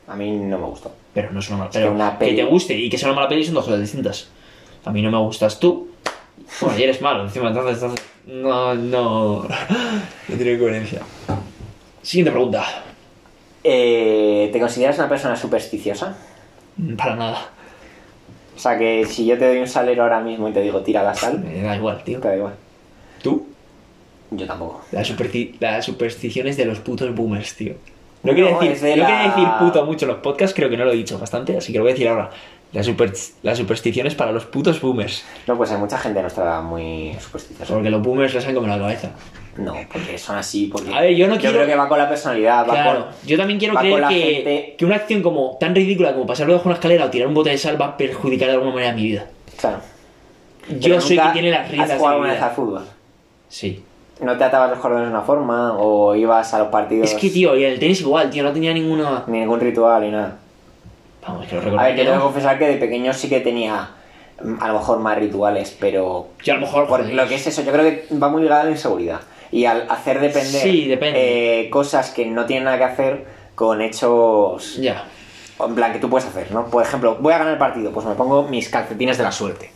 [SPEAKER 1] A mí no me gustó.
[SPEAKER 2] Pero no es una mala
[SPEAKER 1] que
[SPEAKER 2] pero
[SPEAKER 1] una
[SPEAKER 2] que
[SPEAKER 1] peli-
[SPEAKER 2] te guste y que sea una mala peli son dos cosas distintas. A mí no me gustas tú. Bueno, y eres malo, encima, entonces, entonces- No, no. No tiene coherencia. Siguiente pregunta.
[SPEAKER 1] Eh, ¿Te consideras una persona supersticiosa?
[SPEAKER 2] Mm, Para nada.
[SPEAKER 1] O sea, que si yo te doy un salero ahora mismo y te digo tira la sal,
[SPEAKER 2] Me da igual, tío.
[SPEAKER 1] te da igual.
[SPEAKER 2] ¿Tú?
[SPEAKER 1] Yo tampoco.
[SPEAKER 2] Las, superti- las supersticiones de los putos boomers, tío. No quería,
[SPEAKER 1] No, es
[SPEAKER 2] decir,
[SPEAKER 1] de
[SPEAKER 2] no
[SPEAKER 1] la-
[SPEAKER 2] quería decir puto mucho en los podcasts, creo que no lo he dicho bastante, así que lo voy a decir ahora. Las, super- las supersticiones para los putos boomers.
[SPEAKER 1] No, pues hay mucha gente de nuestra edad muy supersticiosa.
[SPEAKER 2] Porque los boomers les han comido la cabeza.
[SPEAKER 1] No, porque son así, porque...
[SPEAKER 2] A ver, yo no quiero-
[SPEAKER 1] creo que va con la personalidad, va
[SPEAKER 2] Claro,
[SPEAKER 1] con...
[SPEAKER 2] yo también quiero
[SPEAKER 1] va con
[SPEAKER 2] creer
[SPEAKER 1] la
[SPEAKER 2] que,
[SPEAKER 1] gente-
[SPEAKER 2] que una acción como tan ridícula como pasar debajo de una escalera o tirar un bote de sal va a perjudicar de alguna manera mi vida.
[SPEAKER 1] Claro.
[SPEAKER 2] Yo soy quien tiene las riendas
[SPEAKER 1] ¿Has
[SPEAKER 2] de
[SPEAKER 1] jugado
[SPEAKER 2] mi
[SPEAKER 1] alguna vez al
[SPEAKER 2] vida.
[SPEAKER 1] fútbol?
[SPEAKER 2] Sí.
[SPEAKER 1] ¿No te atabas los cordones de una forma? ¿O ibas a los partidos?
[SPEAKER 2] Es que, tío, y en el tenis igual, tío, no tenía ninguna...
[SPEAKER 1] Ni ningún ritual ni nada.
[SPEAKER 2] Vamos, que lo
[SPEAKER 1] A
[SPEAKER 2] recuerdo.
[SPEAKER 1] ver, yo
[SPEAKER 2] que
[SPEAKER 1] tengo que
[SPEAKER 2] no.
[SPEAKER 1] confesar que de pequeño sí que tenía mm, a lo mejor más rituales, pero
[SPEAKER 2] Yo a lo mejor...
[SPEAKER 1] por
[SPEAKER 2] Oh, joder,
[SPEAKER 1] lo que es eso, yo creo que va muy ligado a la inseguridad. Y al hacer depender
[SPEAKER 2] Sí, depende.
[SPEAKER 1] eh, cosas que no tienen nada que hacer con hechos
[SPEAKER 2] Ya.
[SPEAKER 1] en plan que tú puedes hacer, ¿no? Por ejemplo, voy a ganar el partido, pues me pongo mis calcetines de la suerte.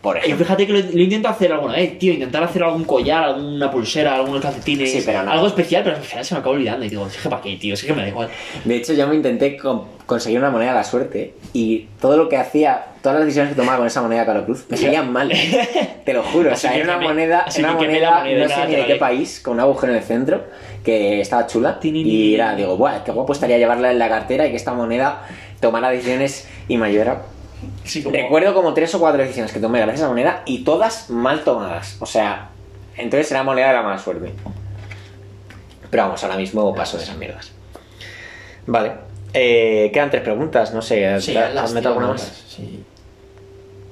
[SPEAKER 1] Por
[SPEAKER 2] Y
[SPEAKER 1] ejemplo.
[SPEAKER 2] fíjate que lo, lo intento hacer alguna vez, tío. Intentar hacer algún collar, alguna pulsera, algunos calcetines.
[SPEAKER 1] Sí, pero no.
[SPEAKER 2] Algo especial, pero al final se me acaba olvidando. Y digo, es que para qué, tío, es que me da igual.
[SPEAKER 1] De hecho, yo me intenté con- conseguir una moneda de la suerte y todo lo que hacía, todas las decisiones que tomaba con esa moneda Caro Cruz me salían mal. Te lo juro. O
[SPEAKER 2] Así
[SPEAKER 1] sea,
[SPEAKER 2] que
[SPEAKER 1] era una
[SPEAKER 2] quemé-
[SPEAKER 1] moneda,
[SPEAKER 2] así
[SPEAKER 1] era una
[SPEAKER 2] que quemé
[SPEAKER 1] moneda,
[SPEAKER 2] la
[SPEAKER 1] no
[SPEAKER 2] moneda,
[SPEAKER 1] sé
[SPEAKER 2] nada,
[SPEAKER 1] ni de
[SPEAKER 2] vale.
[SPEAKER 1] qué país, con un agujero en el centro, que estaba chula.
[SPEAKER 2] Tinin.
[SPEAKER 1] Y era, digo, guau, qué guapo estaría llevarla en la cartera y que esta moneda tomara decisiones y mayor.
[SPEAKER 2] Sí, como...
[SPEAKER 1] Recuerdo como tres o cuatro decisiones que tomé gracias a esa moneda y todas mal tomadas. O sea, entonces era moneda de la mala suerte. Pero vamos, ahora mismo paso de esas mierdas. Vale. Eh, quedan tres preguntas, no sé.
[SPEAKER 2] Sí,
[SPEAKER 1] ¿has-
[SPEAKER 2] las
[SPEAKER 1] ¿Has metido alguna
[SPEAKER 2] tío,
[SPEAKER 1] más?
[SPEAKER 2] Sí.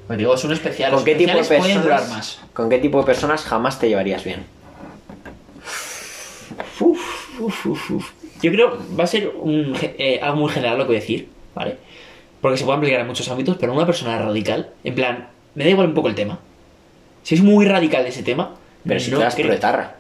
[SPEAKER 2] Os digo, es un especial.
[SPEAKER 1] ¿Con
[SPEAKER 2] los
[SPEAKER 1] qué, tipo de
[SPEAKER 2] especiales pueden durar
[SPEAKER 1] personas,
[SPEAKER 2] más.
[SPEAKER 1] ¿Con qué tipo de personas jamás te llevarías bien?
[SPEAKER 2] Uf, uf, uf, uf. Yo creo va a ser un, ge- eh, algo muy general lo que voy a decir, ¿vale? Porque se puede aplicar en muchos ámbitos, pero una persona radical, en plan, me da igual un poco el tema. Si es muy radical ese tema,
[SPEAKER 1] Pero si
[SPEAKER 2] no
[SPEAKER 1] tú eras
[SPEAKER 2] creo-
[SPEAKER 1] proletarra.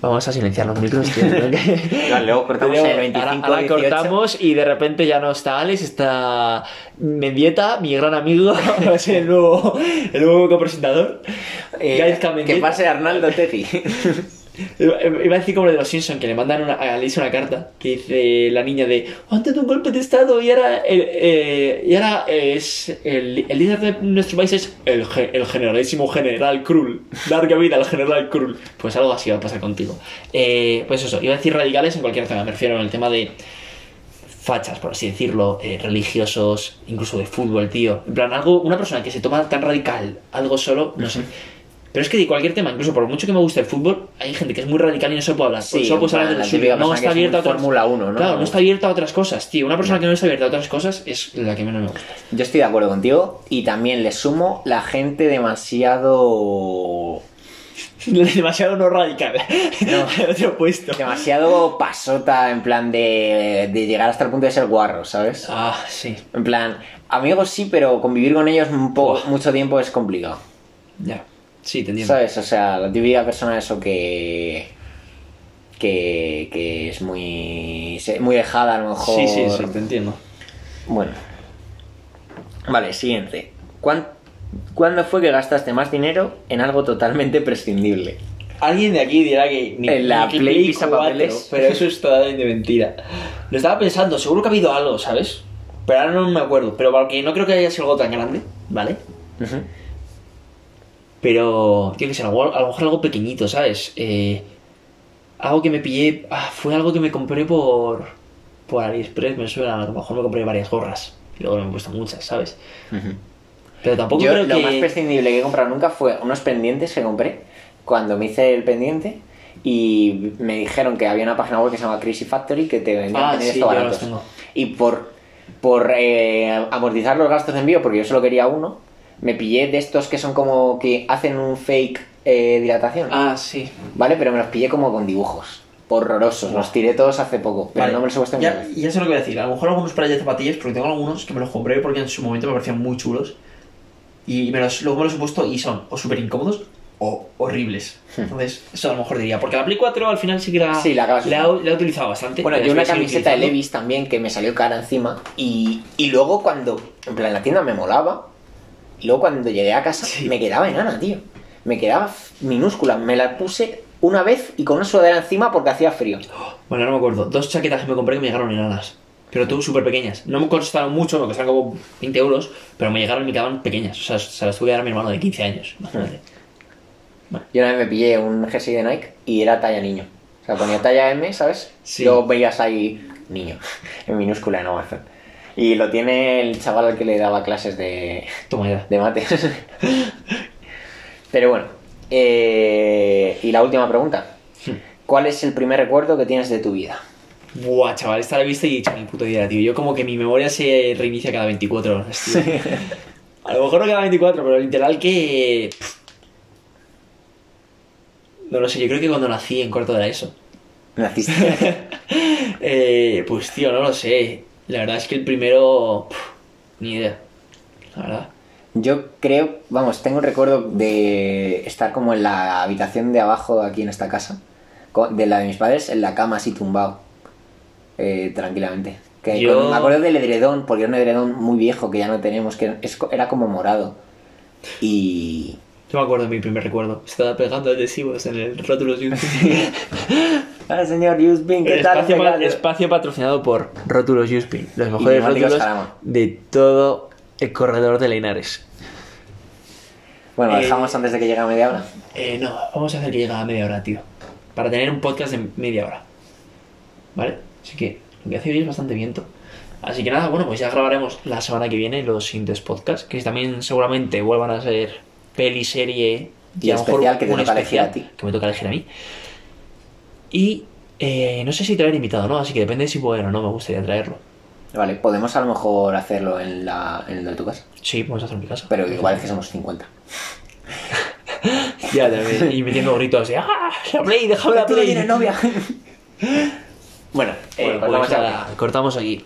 [SPEAKER 2] Vamos a silenciar los micros, tío, creo que-
[SPEAKER 1] Claro, luego cortamos
[SPEAKER 2] Luego,
[SPEAKER 1] el 25
[SPEAKER 2] ahora, ahora
[SPEAKER 1] 18.
[SPEAKER 2] cortamos y de repente ya no está Alex, está Mendieta, mi gran amigo, es el nuevo, el nuevo copresentador.
[SPEAKER 1] Eh,
[SPEAKER 2] Gaizka
[SPEAKER 1] que
[SPEAKER 2] Mendieta.
[SPEAKER 1] pase Arnaldo Teji.
[SPEAKER 2] Iba iba a decir como lo de los Simpsons, que le mandan una, a Alice una carta que dice la niña de antes de un golpe de estado y ahora, el, eh, y ahora es el, el líder de nuestro país es el, ge- el generalísimo general Krull. Larga vida al general Krull. Pues algo así va a pasar contigo. Eh, pues eso, iba a decir radicales en cualquier tema, me refiero en el tema de fachas, por así decirlo, eh, religiosos, incluso de fútbol, tío. En plan, algo, una persona que se toma tan radical algo solo, no sé. Pero es que de cualquier tema, incluso por mucho que me guste el fútbol, hay gente que es muy radical y no se puede hablar.
[SPEAKER 1] Sí,
[SPEAKER 2] solo puedes
[SPEAKER 1] en
[SPEAKER 2] hablar de
[SPEAKER 1] plan,
[SPEAKER 2] lo
[SPEAKER 1] la
[SPEAKER 2] suyo.
[SPEAKER 1] típica
[SPEAKER 2] No
[SPEAKER 1] persona que es
[SPEAKER 2] está abierta
[SPEAKER 1] muy
[SPEAKER 2] a otras
[SPEAKER 1] Fórmula 1, ¿no?
[SPEAKER 2] Claro, no está abierta a otras cosas, tío. Una persona que no está abierta a otras cosas es la que menos me gusta.
[SPEAKER 1] Yo estoy de acuerdo contigo y también le sumo la gente demasiado.
[SPEAKER 2] Demasiado no radical. No. te he puesto.
[SPEAKER 1] demasiado pasota en plan de, de llegar hasta el punto de ser guarro, ¿sabes?
[SPEAKER 2] Ah, sí.
[SPEAKER 1] En plan, amigos sí, pero convivir con ellos un poco,
[SPEAKER 2] Buah.
[SPEAKER 1] mucho tiempo es complicado.
[SPEAKER 2] Ya. Sí, te entiendo.
[SPEAKER 1] ¿Sabes? O sea, la típica persona eso que. que, que es muy. se- muy dejada a lo mejor.
[SPEAKER 2] Sí, sí, sí, te entiendo.
[SPEAKER 1] Bueno. Vale, siguiente. ¿Cuán- ¿Cuándo fue que gastaste más dinero en algo totalmente prescindible?
[SPEAKER 2] Alguien de aquí dirá que ni,
[SPEAKER 1] En la
[SPEAKER 2] ni que
[SPEAKER 1] Play
[SPEAKER 2] Play
[SPEAKER 1] pisa
[SPEAKER 2] 4,
[SPEAKER 1] papeles.
[SPEAKER 2] pero eso es totalmente mentira. Lo estaba pensando, seguro que ha habido algo, ¿sabes? Pero ahora no me acuerdo. Pero porque no creo que haya sido algo tan grande, ¿vale?
[SPEAKER 1] Ujú.
[SPEAKER 2] Pero, yo qué sé, algo- a lo mejor algo pequeñito, ¿sabes? Eh, algo que me pillé. ah, fue algo que me compré por. Por AliExpress, me suena. A lo mejor me compré varias gorras. Y luego me he puesto muchas, ¿sabes?
[SPEAKER 1] Ujú.
[SPEAKER 2] Pero tampoco
[SPEAKER 1] Yo
[SPEAKER 2] creo
[SPEAKER 1] lo
[SPEAKER 2] que.
[SPEAKER 1] más prescindible que he comprado nunca fue unos pendientes que compré cuando me hice el pendiente y me dijeron que había una página web que se llama Crazy Factory que te vendían
[SPEAKER 2] Ah,
[SPEAKER 1] pendientes
[SPEAKER 2] sí,
[SPEAKER 1] todo
[SPEAKER 2] yo los
[SPEAKER 1] baratos.
[SPEAKER 2] tengo.
[SPEAKER 1] Y por, por eh, amortizar los gastos de envío, porque yo solo quería uno, me pillé de estos que son como que hacen un fake eh, dilatación,
[SPEAKER 2] Ah, sí.
[SPEAKER 1] ¿vale? Pero me los pillé como con dibujos. Horrorosos, los tiré todos hace poco, pero
[SPEAKER 2] Vale,
[SPEAKER 1] no me los he puesto en
[SPEAKER 2] ya,
[SPEAKER 1] mi
[SPEAKER 2] ya sé lo que voy a decir. A lo mejor algunos pares de zapatillas, porque tengo algunos que me los compré porque en su momento me parecían muy chulos. Y me los, luego me los he puesto y son o súper incómodos o horribles. Entonces, eso a lo mejor diría. Porque la Play 4 al final sí que la,
[SPEAKER 1] Hmm. Sí, la acabas
[SPEAKER 2] la,
[SPEAKER 1] usando.
[SPEAKER 2] he- la he utilizado bastante.
[SPEAKER 1] Bueno,
[SPEAKER 2] La
[SPEAKER 1] yo una
[SPEAKER 2] estoy
[SPEAKER 1] camiseta de
[SPEAKER 2] utilizando.
[SPEAKER 1] Levis también que me salió cara encima y, y luego cuando, en plan, la tienda me molaba y luego cuando llegué a casa
[SPEAKER 2] Sí.
[SPEAKER 1] me quedaba enana, tío. Me quedaba f- minúscula, me la puse una vez y con una sudadera encima porque hacía frío.
[SPEAKER 2] Bueno, no me acuerdo. Dos chaquetas que me compré que me llegaron enanas. Pero tú, súper pequeñas. No me costaron mucho, me costaron como 20 euros, pero me llegaron y me quedaban pequeñas. O sea, se las tuve que dar a mi hermano de 15 años. Imagínate.
[SPEAKER 1] Hmm. Yo una vez me pillé un jersey de Nike y era talla niño. O sea, ponía talla M, ¿sabes?
[SPEAKER 2] Sí.
[SPEAKER 1] Luego veías ahí niño, en minúscula en Amazon. Y lo tiene el chaval al que le daba clases de,
[SPEAKER 2] Toma ya.
[SPEAKER 1] de mates. Pero bueno. eh, y la última pregunta. ¿Cuál es el primer recuerdo que tienes de tu vida?
[SPEAKER 2] Buah, chaval, esta la he visto y he dicho, ni puta idea, tío. Yo como que mi memoria se reinicia cada 24 horas, tío. A lo mejor no cada 24, pero literal que... pff. No lo sé, yo creo que cuando nací en cuarto de la ESO.
[SPEAKER 1] Naciste.
[SPEAKER 2] Eh, pues tío, no lo sé. La verdad es que el primero... pff, ni idea. La verdad.
[SPEAKER 1] Yo creo, vamos, tengo un recuerdo de estar como en la habitación de abajo aquí en esta casa, co- de la de mis padres, en la cama así tumbado, eh, tranquilamente. Que
[SPEAKER 2] Yo-
[SPEAKER 1] con- me acuerdo del edredón, porque era un edredón muy viejo que ya no tenemos, que es co- era como morado. Y,
[SPEAKER 2] Yo me acuerdo de mi primer recuerdo. Estaba pegando adhesivos en el rótulo de un-
[SPEAKER 1] Hola, Ah, señor Yusbin, ¿qué tal?
[SPEAKER 2] espacio, pa-
[SPEAKER 1] Regalo.
[SPEAKER 2] espacio patrocinado por Rótulos Yuspin, los mejores
[SPEAKER 1] Neumáticos
[SPEAKER 2] rótulos
[SPEAKER 1] Jarama.
[SPEAKER 2] de todo el corredor de Linares.
[SPEAKER 1] Bueno,
[SPEAKER 2] Eh,
[SPEAKER 1] dejamos antes de que llegue a media hora.
[SPEAKER 2] Eh, no, vamos a hacer que llegue a media hora, tío. Para tener un podcast de media hora. ¿Vale? Así que lo que hace hoy es bastante viento. Así que nada, bueno, pues ya grabaremos la semana que viene los siguientes podcasts, que también seguramente vuelvan a ser peli, serie
[SPEAKER 1] Y
[SPEAKER 2] a lo mejor
[SPEAKER 1] especial que te
[SPEAKER 2] un
[SPEAKER 1] toca elegir
[SPEAKER 2] especial
[SPEAKER 1] a ti.
[SPEAKER 2] Que me toca elegir a mí. Y Eh, no sé si traer invitado o no, así que depende de si puedo ir o no, me gustaría traerlo.
[SPEAKER 1] Vale, podemos a lo mejor hacerlo en la en el de tu casa.
[SPEAKER 2] Sí, podemos hacer en mi casa.
[SPEAKER 1] Pero igual es que somos 50.
[SPEAKER 2] Ya, también. Y metiendo gritos así, ¡ah! ¡La Play! ¡Déjame la
[SPEAKER 1] Tú no
[SPEAKER 2] Play!
[SPEAKER 1] tienes novia. bueno, eh, pues
[SPEAKER 2] Bueno,
[SPEAKER 1] vamos
[SPEAKER 2] pues
[SPEAKER 1] a-
[SPEAKER 2] nada, cortamos aquí.